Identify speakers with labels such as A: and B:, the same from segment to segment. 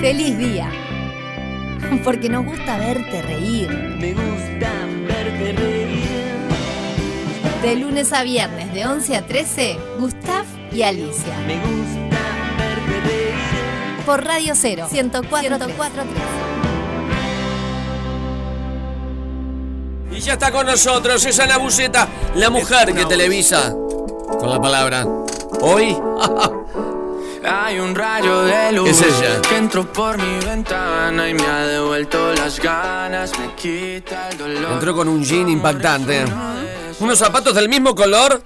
A: Feliz día. Porque nos gusta verte reír.
B: Me gusta verte reír.
A: De lunes a viernes, de 11 a 13, Gustav y Alicia.
B: Me gusta verte reír.
A: Por Radio Cero, 104,
C: Y ya está con nosotros Susana Buceta, la mujer que televisa con la palabra. Hoy,
D: Hay un rayo de luz
C: Es ella.
D: que entró por mi ventana y me ha devuelto las ganas, me quita el dolor.
C: entró con un jean impactante. Unos zapatos del mismo color.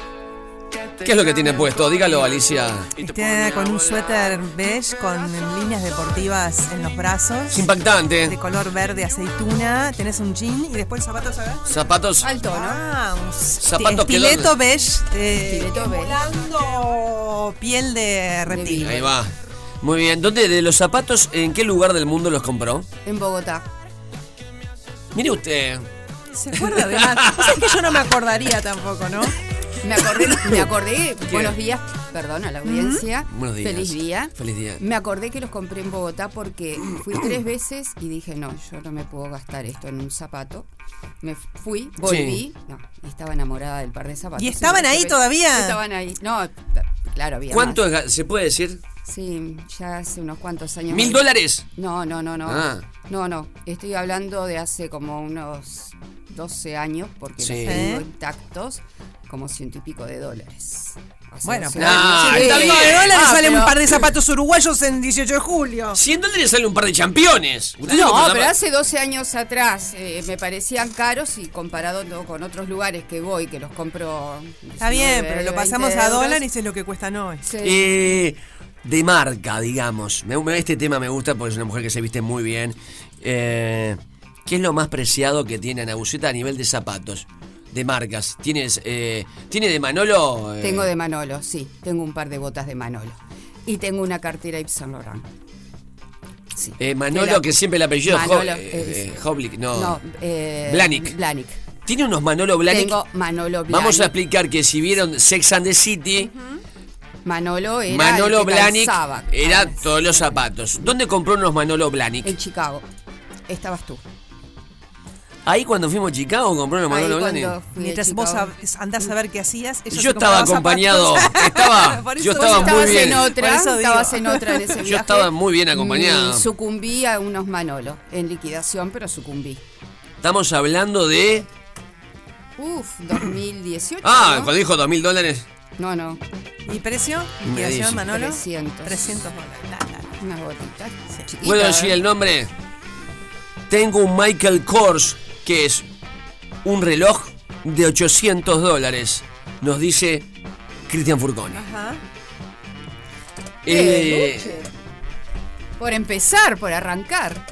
C: ¿Qué es lo que tiene puesto? Dígalo, Alicia.
E: Está Este, con un suéter beige con líneas deportivas en los
C: Es
E: brazos. De
C: impactante.
E: color verde aceituna. Tenés un jean y después zapatos acá.
C: Zapatos.
E: Alto, ¿no? Ah, un
C: Zapatos que
E: estileto
C: lo-
E: beige. eh,
A: Estileto beige.
E: emulando piel de reptil.
C: Ahí va. Muy bien. ¿Dónde de los zapatos, en qué lugar del mundo los compró?
A: En Bogotá.
C: Mire usted.
E: ¿Se acuerda de más? O sea, que yo no me acordaría tampoco, ¿no?
A: Me acordé, me acordé buenos días, perdón a la audiencia.
C: Buenos días.
A: Feliz día.
C: Feliz día.
A: Me acordé que los compré en Bogotá porque fui tres veces y dije, no, yo no me puedo gastar esto en un zapato. Me fui, volví, no, estaba enamorada del par de zapatos.
E: ¿Y estaban
A: Sí,
E: ahí
A: pero-
E: todavía?
A: Estaban ahí. No, t- claro, había
C: ¿Cuánto
A: más.
C: es ga- se puede decir?
A: Sí, ya hace unos cuantos años.
C: ¿Mil dólares?
A: No, no, no, no.
C: Ah.
A: No, no. Estoy hablando de hace como unos 12 años, porque
C: Sí.
A: los tengo
E: Sí.
A: intactos, como ciento y pico de dólares. Hace
E: Bueno,
A: 12
E: pero-
A: años.
C: Ah, está
E: Sí,
C: bien.
E: de dólares
A: Ah,
E: salen
A: pero-
E: un par de zapatos uruguayos en 18 de julio.
C: 100 dólares sale un par de championes. Usted se
A: No,
C: compra
A: pero
C: zapatos.
A: hace 12 años atrás eh, me parecían caros y comparado no, con otros lugares que voy, que los compro.
E: Está
A: 19,
E: bien, pero lo
A: 20
E: pasamos a
A: euros.
E: dólares y es lo que cuestan hoy.
A: Sí.
C: Eh, de marca, digamos. Me- me- este tema me gusta porque es una mujer que se viste muy bien. Eh, ¿Qué es lo más preciado que tiene Ana Buceta a nivel de zapatos? De marcas. ¿Tienes, eh, ¿Tiene de Manolo? eh,
A: Tengo de Manolo, sí. Tengo un par de botas de Manolo. Y tengo una cartera Yves Saint Laurent. Sí.
C: eh, Manolo, que siempre el apellido es
A: Manolo,
C: Ho-
A: eh,
C: eh, eh, Hoblik, no.
A: No, eh,
C: Blanik.
A: Blanik.
C: Tiene unos Manolo Blahnik.
A: Tengo Manolo Blanik.
C: Vamos a explicar que si vieron Sex and the City,
A: Manolo era
C: Manolo
A: el que
C: Blahnik
A: calzaba.
C: era
A: Ah,
C: todos los zapatos. ¿Dónde compró unos Manolo Blahnik?
A: En Chicago. Estabas tú.
C: Ahí cuando fuimos a Chicago compró unos Manolo
A: Ahí
C: Blahnik.
A: cuando fui de
E: Mientras vos
A: Chicago.
E: sab- andás a ver qué hacías. ella se
C: Yo estaba
E: compraba
C: acompañado,
E: zapatos.
C: estaba-
E: Por
C: yo
E: eso
C: estaba
E: vos
C: muy
A: estabas
C: bien.
A: en otra,
E: Por eso digo.
A: estabas en otra en ese viaje.
C: Yo estaba muy bien acompañada.
A: Y sucumbí a unos Manolo, en liquidación, pero sucumbí.
C: Estamos hablando de.
A: Uf, 2018.
C: Ah,
A: ¿no?
C: cuando dijo dos mil dólares.
A: No, no,
E: ¿Y precio?
C: Me dice.
E: Liquidación, Manolo.
A: 300.
E: 300 dólares. La, la, la.
A: unas gotitas. chiquitas.
C: ¿Puedo decir el nombre? Tengo un Michael Kors, que es un reloj de 800 dólares. Nos dice Cristian Furcone.
E: Ajá.
A: ¡Qué
C: Eh,
A: luche! ¿eh? Por empezar, por arrancar.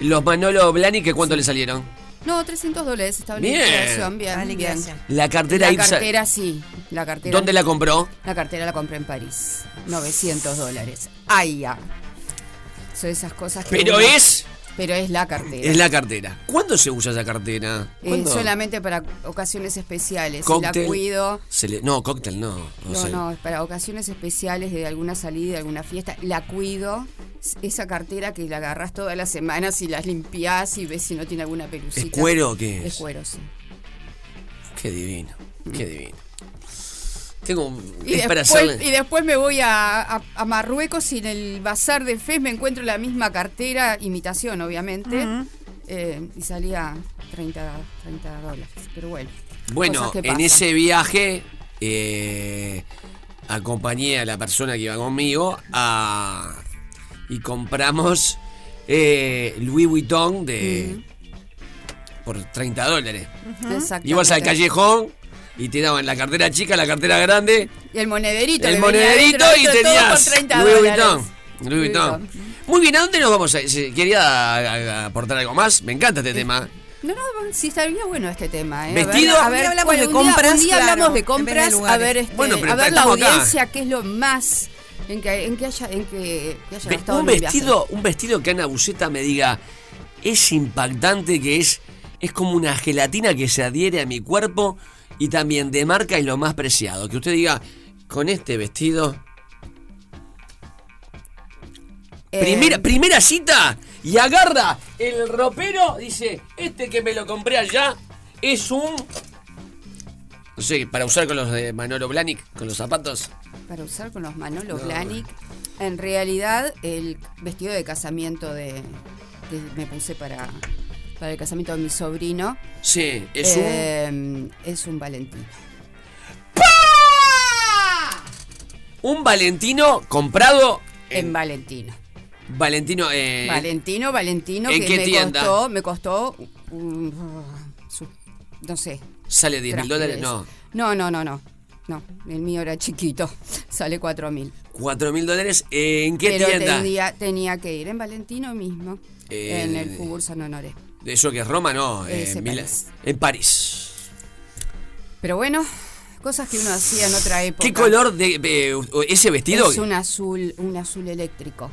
C: los Manolo Blani, ¿que cuánto le salieron?
A: No, 300 dólares estaba en
C: Bien.
A: liquidación, bien.
E: Ah,
A: bien.
E: liquidación.
C: La cartera
A: La
C: Ibsa-
A: cartera sí, la cartera.
C: ¿Dónde la compró?
A: La cartera la compré en París. 900 dólares. ¡Ay, ya! Son esas cosas que.
C: Pero
A: uno-
C: es.
A: Pero es la cartera.
C: Es la cartera. ¿Cuándo se usa esa cartera?
A: Eh,
C: ¿Cuándo?
A: solamente para ocasiones especiales. y La
C: Cóctel.
A: cuido.
C: Se le- no, cóctel no. No,
A: No,
C: sé.
A: no, es para ocasiones especiales de alguna salida, de alguna fiesta. La cuido. Es Esa cartera que la agarras todas las semanas y las limpiás y ves si no tiene alguna pelucita.
C: ¿Es cuero o qué es?
A: Es cuero, sí.
C: Qué divino, qué divino. Tengo un-
A: Mm. Y
C: es para
A: después,
C: hacerle-
A: y después me voy a, a- a Marruecos y en el bazar de Fez me encuentro la misma cartera, imitación obviamente, eh, y salía 30, 30 dólares. Pero bueno.
C: Bueno,
A: cosas que
C: en
A: pasan.
C: ese viaje eh, acompañé a la persona que iba conmigo a, y compramos eh, Louis Vuitton de por 30 dólares.
A: Exactamente.
C: Ibas al callejón y te daban la cartera chica, la cartera grande,
A: Y el monederito.
C: el
A: que venía
C: monederito
A: adentro,
C: y
A: adentro, todo
C: tenías
A: por 30
C: Louis
A: dólares.
C: Vuitton. Louis Vuitton. Muy bien, ¿a dónde nos vamos? a ir? Si Quería a- a- aportar algo más. Me encanta este tema.
A: No, no, sí estaría bueno este tema. ¿eh? A ver,
C: ¿Vestido?
A: A
E: Un
A: ver,
E: día hablamos
A: bueno,
E: de
A: un día-
E: compras,
A: Un día
E: claro,
A: hablamos de
E: en vez de
A: compras. a
E: lugares.
A: ver, este,
C: Bueno, pero
A: a ver la
C: estamos acá.
A: audiencia, qué es lo más en que, en que haya, en que, que haya
C: Ve-
A: gastado
C: un
A: en viaje.
C: vestido, un vestido que Ana Buceta me diga es impactante, que es es como una gelatina que se adhiere a mi cuerpo y también de marca es lo más preciado. Que usted diga con este vestido
A: Eh,
C: Primera, primera cita y agarra el ropero, dice, este que me lo compré allá es un... No sé, para usar con los de Manolo Blahnik, con los zapatos.
A: Em, Para usar con los Manolo Blahnik. En realidad, el vestido de casamiento de que me puse para, para el casamiento de mi sobrino
C: Sí, es un...
A: eh, es un Valentín.
C: Un Valentino comprado
A: En
C: en...
A: Valentino.
C: Valentino... eh,
A: Valentino, Valentino,
C: ¿en
A: que
C: qué
A: me
C: tienda?
A: costó, me costó, un- su- no sé.
C: ¿Sale 10 mil dólares? No.
A: No, no, no, no. No, el mío era chiquito, sale 4 mil.
C: 4 mil dólares. eh, ¿En qué
A: Pero
C: tienda?
A: Tenía, tenía que ir en Valentino mismo,
C: Eh,
A: en el Fútbol San Honoré.
C: Eso que es Roma, no. eh,
A: Ese,
C: Milán.
A: París.
C: En París.
A: Pero bueno, cosas que uno hacía en otra época.
C: ¿Qué color de, de- o- ese vestido?
A: Es un azul, un azul eléctrico.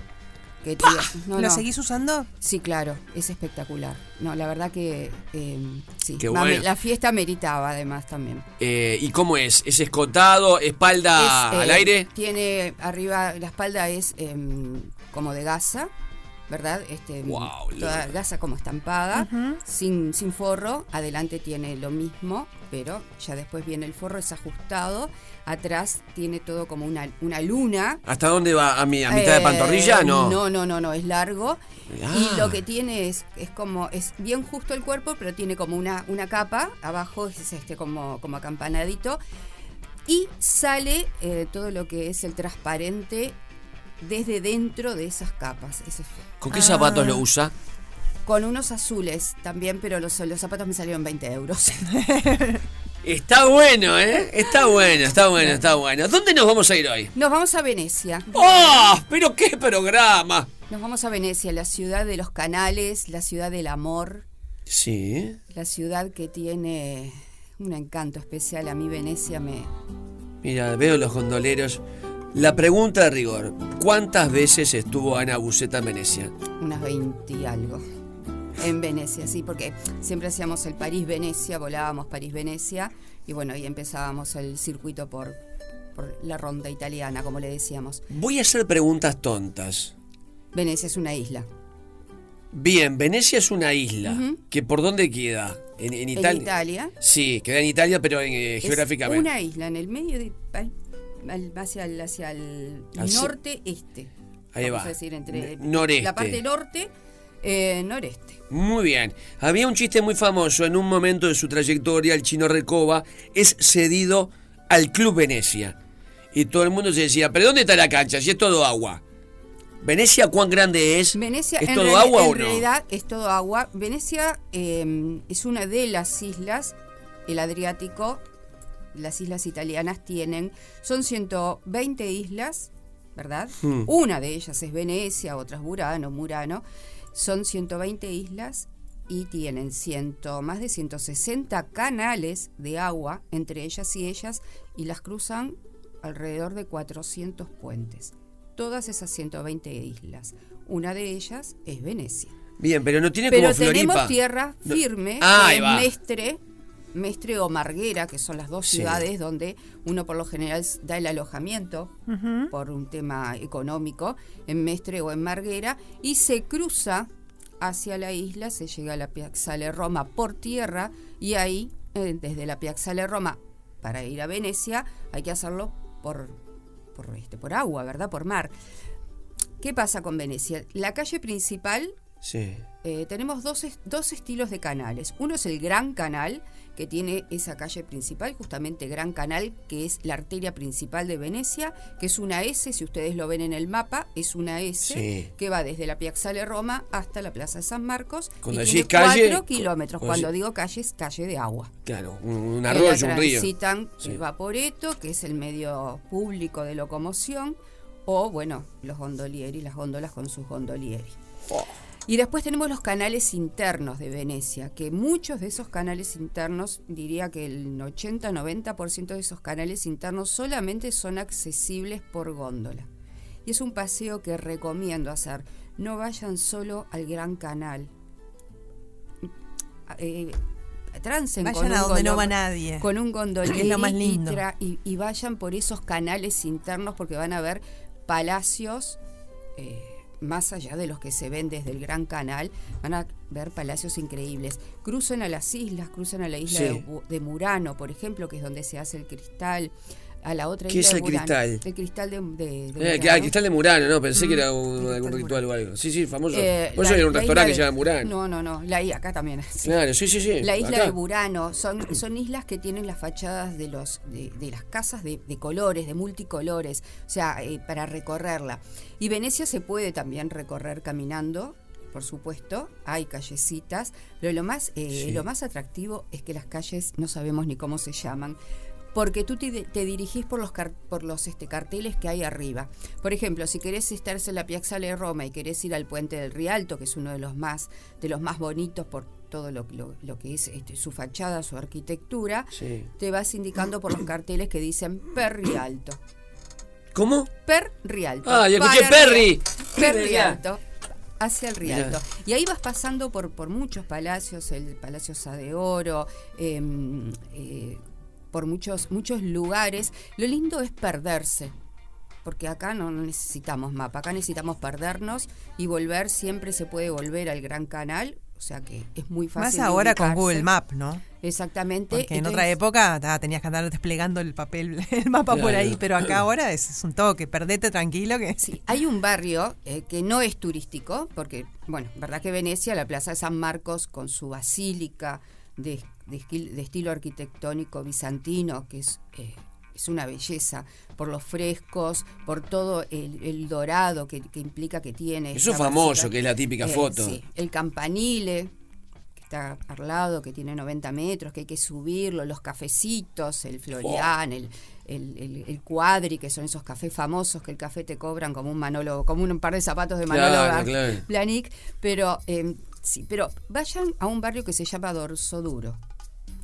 A: Que tiene- no,
E: ¿Lo
A: no.
E: seguís usando?
A: Sí, claro, es espectacular. No, la verdad que eh, sí.
C: Qué
A: Mame-
C: bueno.
A: La fiesta meritaba además también.
C: Eh, ¿Y cómo es? ¿Es escotado? ¿Espalda
A: Es, eh,
C: al aire?
A: Tiene arriba, la espalda es em, como de gasa, ¿verdad? Este,
C: Guau,
A: toda
C: loco.
A: gasa como estampada, sin, sin forro. Adelante tiene lo mismo, pero ya después viene el forro, es ajustado. Atrás tiene todo como una, una luna.
C: ¿Hasta dónde va? ¿A, mi, a mitad de
A: Eh,
C: pantorrilla? No. Ah.
A: No, no, no, no, es largo.
C: Mirá.
A: Y lo que tiene es, es como, es bien justo el cuerpo, pero tiene como una, una capa, abajo es este como, como acampanadito. Y sale eh, todo lo que es el transparente desde dentro de esas capas. Eso es-
C: ¿Con qué
A: Ah.
C: zapatos lo usa?
A: Con unos azules también, pero los, los zapatos me salieron 20 euros.
C: Está bueno, ¿eh? Está bueno, está bueno, está bueno. ¿Dónde nos vamos a ir hoy?
A: Nos vamos a Venecia.
C: ¡Oh! ¡Pero qué programa!
A: Nos vamos a Venecia, la ciudad de los canales, la ciudad del amor.
C: Sí.
A: La ciudad que tiene un encanto especial. A mí Venecia me...
C: Mira, veo los gondoleros. La pregunta de rigor: ¿cuántas veces estuvo Ana Buceta en Venecia?
A: unas 20 y algo. En Venecia, sí, porque siempre hacíamos el París-Venecia, volábamos París-Venecia y bueno, y empezábamos el circuito por, por la ronda italiana, como le decíamos.
C: Voy a hacer preguntas tontas.
A: Venecia es una isla.
C: Bien, Venecia es una isla. ¿Que por dónde queda? En, en Italia.
A: En Italia.
C: Sí, queda en Italia, pero eh,
A: es
C: geográficamente.
A: Una isla en el medio de. al- al- hacia el, hacia el
C: Así.
A: norte-este.
C: Ahí
A: vamos
C: va.
A: a decir, entre
C: N- noreste.
A: la parte norte, eh, noreste.
C: Muy bien. Había un chiste muy famoso. En un momento de su trayectoria, el chino Recoba es cedido al Club Venecia. Y todo el mundo se decía, ¿pero dónde está la cancha? Si es todo agua. ¿Venecia cuán grande es?
A: Venecia
C: ¿Es
A: en,
C: todo
A: reali-
C: agua
A: en
C: o no?
A: realidad es todo agua. Venecia eh, es una de las islas, el Adriático, las islas italianas tienen, son 120 islas, ¿verdad? Una de ellas es Venecia, otra es Burano, Murano. Son 120 islas y tienen ciento, más de 160 canales de agua entre ellas y ellas y las cruzan alrededor de 400 puentes. Todas esas 120 islas. Una de ellas es Venecia.
C: Bien, pero no tiene
A: Pero
C: como Floripa.
A: tenemos tierra
C: No-
A: firme,
C: Ah,
A: que
C: ahí
A: es
C: va.
A: Mestre, Mestre o Marguera, que son las dos
C: Sí.
A: ciudades donde uno por lo general s- da el alojamiento por un tema económico, en Mestre o en Marguera, y se cruza hacia la isla, se llega a la Piazzale Roma por tierra, y ahí, eh, desde la Piazzale Roma para ir a Venecia, hay que hacerlo por, por, este, por agua, ¿verdad? Por mar. ¿Qué pasa con Venecia? La calle principal
C: Sí.
A: eh, tenemos dos, es- dos estilos de canales. Uno es el Gran Canal, que tiene esa calle principal, justamente Gran Canal, que es la arteria principal de Venecia, que es una S, si ustedes lo ven en el mapa, es una S
C: Sí.
A: que va desde la Piazzale Roma hasta la Plaza de San Marcos.
C: Cuando
A: y
C: decís
A: tiene
C: calle,
A: cuatro
C: cu-
A: kilómetros.
C: cuando
A: Cuando
C: decís-
A: digo calle, es calle de agua.
C: Claro, un, un
A: Que la
C: arroyo, un río. Eh,
A: transitan
C: Sí.
A: el vaporeto, que es el medio público de locomoción, o bueno, los gondolieri, las góndolas con sus gondolieri.
C: Oh.
A: Y después tenemos los canales internos de Venecia, que muchos de esos canales internos, diría que el 80-90% de esos canales internos solamente son accesibles por góndola. Y es un paseo que recomiendo hacer. No vayan solo al Gran Canal. Eh, trancen
E: Vayan
A: con un
E: a donde no
A: gondo-
E: va nadie.
A: Con un gondolero
E: Es lo más lindo.
A: Y, tra- y- y vayan por esos canales internos porque van a ver palacios eh, más allá de los que se ven desde el Gran Canal, van a ver palacios increíbles. Cruzan a las islas, cruzan a la isla
C: Sí.
A: de, Bu- de Murano, por ejemplo, que es donde se hace el cristal, a la otra
C: ¿Qué
A: isla
C: es
A: de
C: el
A: Murano.
C: cristal?
A: El cristal de, de- de
C: Eh, que,
A: Murano.
C: ah, el cristal de Murano, no, pensé
A: Mm.
C: que era un-
E: cristal
C: algún
E: de
C: ritual o algo. Sí, sí, famoso.
A: Eh,
C: Por
A: la-
C: eso era un
A: la
C: restaurante que
A: isla
C: se llama
A: de-
C: Murano. Ah,
A: No, no, no, la, i- acá también. sí.
C: Claro, sí, sí, sí.
A: La isla
C: acá.
A: de Burano son, son islas que tienen las fachadas de, los, de, de las casas de, de colores, de multicolores, o sea, eh, para recorrerla. Y Venecia se puede también recorrer caminando, por supuesto, hay callecitas, pero lo más, eh,
C: Sí.
A: lo más atractivo es que las calles no sabemos ni cómo se llaman. Porque tú te, te dirigís por los, car- por los este, carteles que hay arriba. Por ejemplo, si querés estarse en la Piazza de Roma y querés ir al Puente del Rialto, que es uno de los más, de los más bonitos por todo lo, lo- lo que es este, su fachada, su arquitectura,
C: Sí.
A: te vas indicando por los carteles que dicen Per Rialto.
C: ¿Cómo?
A: Per Rialto.
C: Ah, ya escuché
A: Para
C: Perry.
A: Rialto. Per Rialto. Hacia el Rialto.
C: Mirá.
A: Y ahí vas pasando por, por muchos palacios, el Palacio Sa de Oro, em, eh, por muchos, muchos lugares. Lo lindo es perderse. Porque acá no no necesitamos mapa, acá necesitamos perdernos y volver, siempre se puede volver al Gran Canal, o sea que es muy
E: Más
A: fácil.
E: ahora con
A: ubicarse.
E: Google Map, ¿no?
A: Exactamente.
E: Porque en
A: Entonces,
E: otra época ta, tenías que andar desplegando el papel, el mapa por
C: Claro.
E: ahí, pero acá ahora es, es un toque, perdete tranquilo que
A: Sí, hay un barrio eh, que no es turístico, porque, bueno, verdad que Venecia, la Plaza de San Marcos, con su basílica de, de esquil- de estilo arquitectónico bizantino, que es, eh, es una belleza, por los frescos, por todo el, el dorado que, que implica que tiene.
C: Eso
A: esta
C: famoso,
A: basílica. Eh,
C: que es la típica foto.
A: sí, el campanile, que está al lado, que tiene 90 metros, que hay que subirlo, los cafecitos, el Florian, el, el, el- el cuadri, que son esos cafés famosos que el café te cobran como un Manolo, como un par de zapatos de Manolo
C: Claro,
A: Blan-
C: claro.
A: Blahnik, pero eh, sí, pero vayan a un barrio que se llama Dorso Duro.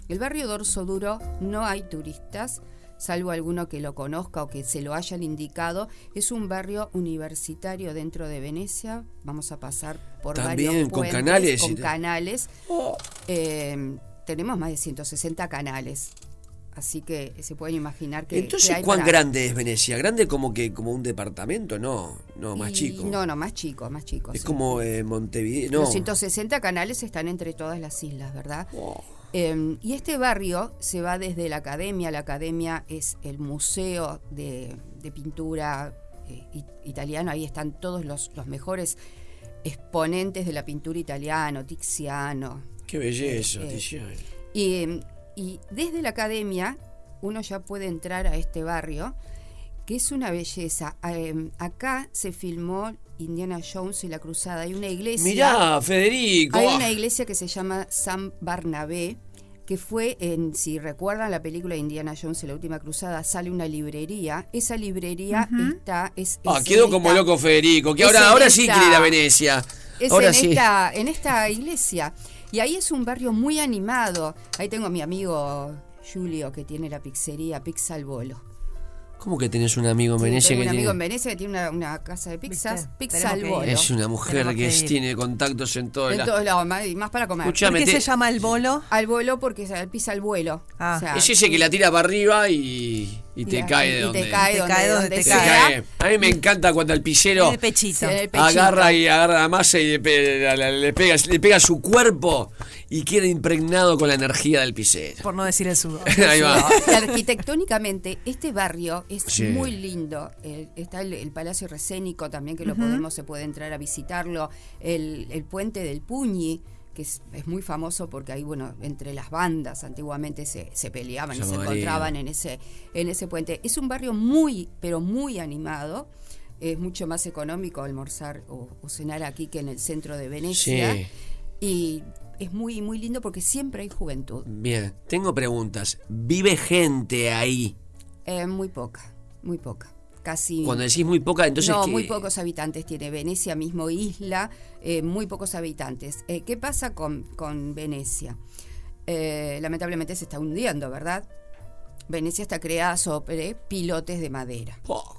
A: El barrio Dorso Duro no hay turistas, salvo alguno que lo conozca o que se lo hayan indicado. Es un barrio universitario dentro de Venecia. Vamos a pasar por
C: También,
A: varios
C: con
A: puentes,
C: canales.
A: Con canales. Eh, tenemos más de 160 canales. Así que se pueden imaginar que. que
C: Entonces,
A: hay
C: ¿cuán
A: para-
C: grande es Venecia? ¿Grande como que como un departamento? No, no, más
A: Y-
C: chico.
A: No, no, más chico, más chico.
C: es
A: sí.
C: como eh, Montevideo. No.
A: Los 160 canales están entre todas las islas, ¿verdad? Eh, y este barrio se va desde la academia. La academia es el museo de, de pintura eh, it- italiano. Ahí están todos los, los mejores exponentes de la pintura italiano, Tiziano.
C: Qué belleza,
A: Eh, eh.
C: Tiziano.
A: Y, eh, y desde la academia uno ya puede entrar a este barrio, que es una belleza. Eh, acá se filmó Indiana Jones y la Cruzada. Hay una iglesia.
C: Mirá, Federico.
A: Hay
C: ah.
A: una iglesia que se llama San Barnabé, que fue, en, si recuerdan la película de Indiana Jones y la última cruzada, sale una librería. Esa librería está... Es,
C: Ah,
A: es
C: quedó
A: en
C: como
A: esta-
C: loco Federico, que
A: es
C: ahora,
A: en
C: ahora sí
A: esta-
C: quiere ir a Venecia.
A: Es
C: ahora
A: en,
C: sí.
A: esta, en esta iglesia. Y ahí es un barrio muy animado. Ahí tengo a mi amigo Julio, que tiene la pizzería Pizza al Bolo.
C: ¿Cómo que tenés un amigo en
A: Sí,
C: Venecia que
A: tengo un
C: tiene-
A: amigo en Venecia que tiene una, una casa de pizzas,
E: ¿Viste?
A: Pizza
E: Tenemos
A: al
E: que ir.
A: Bolo.
C: Es una mujer
E: Tenemos
C: que,
E: que ir.
C: tiene contactos en todo
A: En
C: el
A: todos lados, más- y más para comer.
C: Escuchá,
E: ¿Por qué
C: mete-
E: se llama el bolo?
A: Al vuelo porque es al pisa al vuelo.
E: Ah.
C: Es ese que la tira para arriba y, y te
A: y-
C: cae de
A: y
C: donde.
A: te cae
E: Te
A: donde,
E: cae donde
A: donde
E: te
C: Te
A: sea,
C: cae. A mí me encanta cuando el
E: En
C: pisero
E: El pechito.
A: en el pechito.
C: agarra y agarra la masa y le pe- la- la- le pega, le pega su cuerpo y queda impregnado con la energía del pisero.
E: Por no decir el sudor.
C: Ahí va.
A: Y arquitectónicamente, este barrio es
C: Sí.
A: muy lindo. El- está el, el Palacio Resénico también, que lo podemos, se puede entrar a visitarlo. El, el Puente del Puñi, que es, es muy famoso porque ahí, bueno, entre las bandas antiguamente se, se peleaban
C: Se
A: y se
C: morían.
A: encontraban en ese, en ese puente. Es un barrio muy, pero muy animado. Es mucho más económico almorzar o, o cenar aquí que en el centro de Venecia.
C: Sí.
A: Y es muy, muy lindo porque siempre hay juventud.
C: Bien, tengo preguntas. ¿Vive gente ahí?
A: Eh, muy poca, muy poca. Casi.
C: Cuando decís muy poca, entonces.
A: no,
C: ¿qué?
A: muy pocos habitantes tiene Venecia, mismo isla, eh, muy pocos habitantes. Eh, ¿Qué pasa con, con Venecia? Eh, lamentablemente se está hundiendo, ¿verdad? Venecia está creada sobre pilotes de madera.
C: Oh,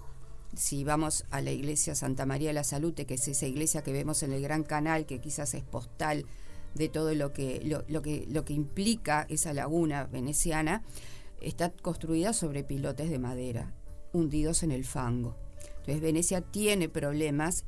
A: Si vamos a la iglesia Santa María de la Salute, que es esa iglesia que vemos en el Gran Canal, que quizás es postal de todo lo que, lo, lo que, lo que implica esa laguna veneciana, está construida sobre pilotes de madera, hundidos en el fango. Entonces Venecia tiene problemas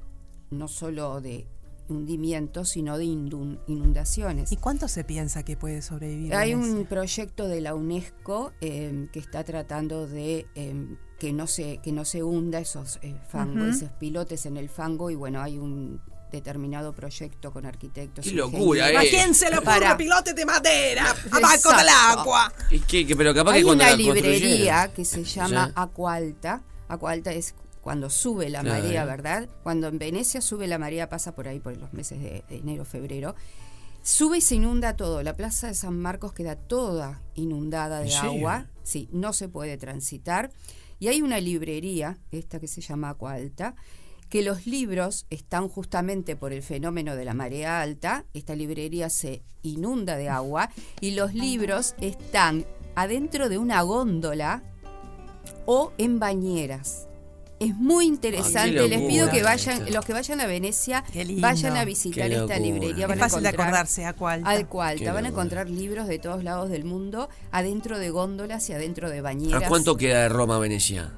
A: no solo de hundimientos, sino de indun- inundaciones.
E: ¿Y cuánto se piensa que puede sobrevivir?
A: Hay
E: Venecia?
A: un proyecto de la UNESCO eh, que está tratando de eh, que no se que no se hunda esos eh, fangos,
E: Ujú.
A: esos pilotes en el fango y bueno hay un determinado proyecto con arquitectos.
C: ¡Qué
A: ingenieros.
C: locura,
E: ¿A
C: eh!
E: quién se le ocurre
A: Para.
E: pilote de madera?
A: Exacto.
E: ¡Abajo del agua!
C: ¿Y qué? Que- Pero capaz
A: Hay
C: que cuando
A: una
C: la construyeron-
A: librería que se llama
C: Sí.
A: Acualta. Acualta es cuando sube la
C: Claro.
A: marea, ¿verdad? Cuando en Venecia sube la marea, pasa por ahí por los meses de enero, febrero. Sube y se inunda todo. La plaza de San Marcos queda toda inundada de
C: ¿En serio?
A: agua. Sí, no se puede transitar. Y hay una librería, esta que se llama Acualta, que los libros están justamente por el fenómeno de la marea alta. Esta librería se inunda de agua y los libros están adentro de una góndola o en bañeras. Es muy interesante. Les pido
C: Ah, locura Este.
A: que vayan,
C: esta.
A: los que vayan a Venecia,
E: Qué lindo.
A: vayan a visitar
C: Qué
A: esta
C: locura.
A: librería.
C: Es
A: Van
E: Es
A: a
E: fácil de
A: encontrar-
E: acordarse a cuál.
A: al cual
C: Qué
A: te van a
C: locura.
A: encontrar libros de todos lados del mundo, adentro de góndolas y adentro de bañeras.
C: ¿A cuánto queda de Roma, Venecia?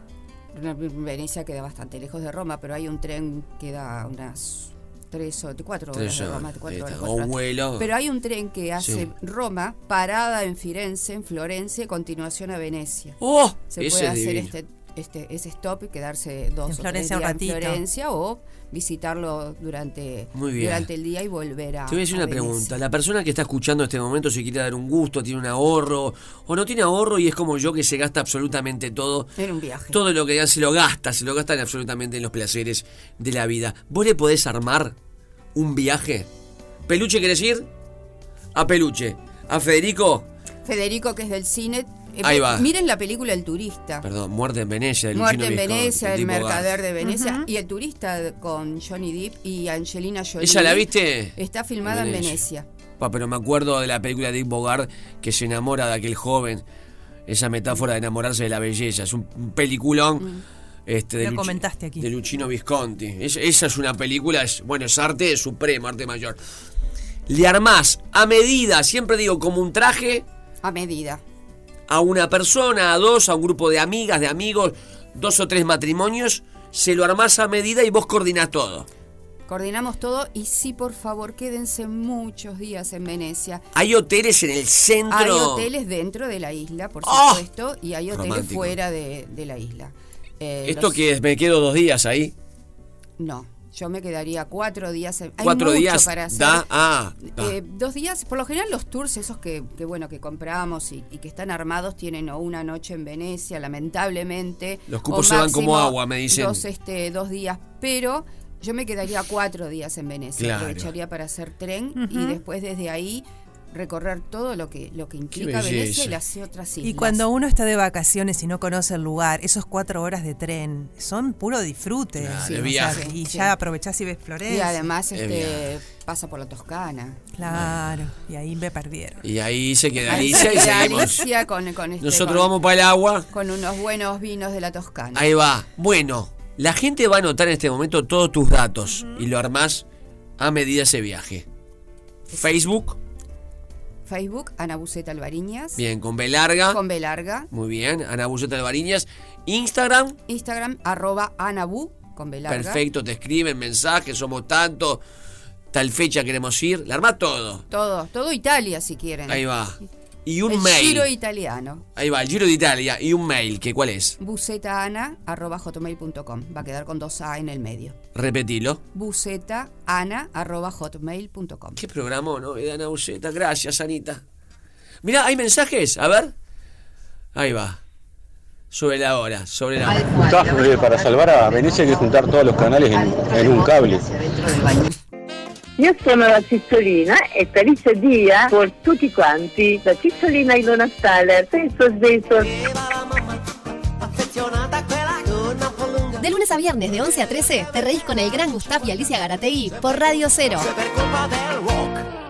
A: No, Venecia queda bastante lejos de Roma, pero hay un tren que da unas tres o cuatro horas
C: Tres
A: de
C: horas,
A: Roma, cuatro
C: ahí
A: horas,
C: está,
A: cuatro
C: o un
A: horas.
C: vuelo.
A: Pero hay un tren que hace
C: Sí.
A: Roma, parada en Firenze, en Florencia, y continuación a Venecia.
C: ¡Oh!
A: Se
C: Ese
A: puede
C: es
A: hacer
C: divino.
A: este, este, ese stop y quedarse dos
E: En
A: o tres
E: Florencia
A: días
E: un
A: en
E: ratito.
A: Florencia o visitarlo durante,
C: Muy bien.
A: durante el día y volver a
C: Te voy a hacer una
A: Venecia.
C: pregunta. La persona que está escuchando en este momento, si quiere dar un gusto, tiene un ahorro, o no tiene ahorro y es como yo que se gasta absolutamente todo.
A: Era un viaje.
C: Todo lo que dan se lo gasta, se lo gastan absolutamente en los placeres de la vida. ¿Vos le podés armar un viaje? ¿Peluche querés ir? A Peluche. ¿A Federico?
A: Federico, que es del cine. eh,
C: Ahí
A: mi-
C: va.
A: Miren la película El Turista.
C: Perdón, Muerte en Venecia. de
A: Muerte en
C: Luciano Visconti,
A: Venecia, El
C: tipo
A: Mercader
C: gas.
A: de Venecia y El Turista con Johnny Depp y Angelina Jolie.
C: ¿Ella la viste?
A: Está filmada en Venecia.
C: Pa, pero me acuerdo de la película de Dick Bogart que se enamora de aquel joven. Esa metáfora de enamorarse de la belleza. Es un, un peliculón. Este, de
E: Lo comentaste aquí.
C: De Luchino Visconti. Es- esa es una película, es, bueno, es arte supremo, arte mayor. Le armás a medida, siempre digo, como un traje,
A: A medida.
C: a una persona, a dos, a un grupo de amigas, de amigos, dos o tres matrimonios, se lo armás a medida y vos coordinás todo.
A: Coordinamos todo y sí, por favor, quédense muchos días en Venecia.
C: Hay hoteles en el centro.
A: Hay hoteles dentro de la isla, por
C: ¡Oh!
A: supuesto, y hay hoteles
C: Romántico.
A: fuera de, de la isla. Eh,
C: Esto
A: los-
C: que es, me quedo dos días ahí.
A: No, yo me quedaría cuatro días. en- hay
C: cuatro
A: mucho
C: días
A: para hacer.
C: da ah, da.
A: Eh, dos días, por lo general los tours esos que, que, bueno que compramos y, y que están armados tienen o una noche en Venecia, lamentablemente.
C: Los
A: o
C: cupos se van como
A: máximo
C: agua, me dicen.
A: Dos, este, dos días, pero yo me quedaría cuatro días en Venecia.
C: Claro.
A: Aprovecharía para hacer tren y después desde ahí recorrer todo lo que lo que implica
C: belleza.
A: Venecia y las otras islas.
E: Y cuando uno está de vacaciones y no conoce el lugar, esos cuatro horas de tren son puro disfrute.
C: Claro,
E: Sí,
C: de
E: o sea,
C: viaje.
E: y
A: Sí.
E: ya aprovechás y ves Florencia.
A: y además
C: Es
A: este, pasa por la Toscana.
E: Claro, y ahí me perdieron.
C: y ahí se queda
A: Ahí
C: Alicia y
A: queda
C: seguimos
A: Alicia con, con este,
C: nosotros
A: con-
C: vamos para el agua
A: con unos buenos vinos de la Toscana.
C: ahí va bueno la gente va a anotar en este momento todos tus datos y lo armás a medida ese viaje Facebook
A: Facebook, Ana Buceta Alvariñas.
C: bien con B larga
A: Con B larga.
C: muy bien Ana Buceta Alvariñas Instagram
A: Instagram, arroba Anabu, con B larga.
C: perfecto te escriben mensajes somos tanto tal fecha queremos ir la armás todo
A: Todo, todo Italia si quieren.
C: ahí va y un
A: El
C: mail
A: giro italiano.
C: ahí va el Giro de Italia y un mail que cuál es
A: Bucetaana, arroba hotmail.com. Va a quedar con dos A en el medio.
C: repetilo
A: Bucetaana, arroba hotmail.com.
C: Qué programa, ¿no? Edad Nauceta. Gracias, Anita. Mirá, hay mensajes. A ver. Ahí va. Sobre la hora, sobre la hora.
F: Caf- eh, para salvar a Venecia hay que juntar todos los canales en, en un cable.
G: Io sono la Cizzolina e Tarissa Dia con tutti quanti, la Cizzolina Ilona Staller, penso sdesso.
H: De lunes a viernes de 11 a 13 te reís con el gran Gustav y Alicia Garategui por Radio Cero.
D: Beber copa del rock.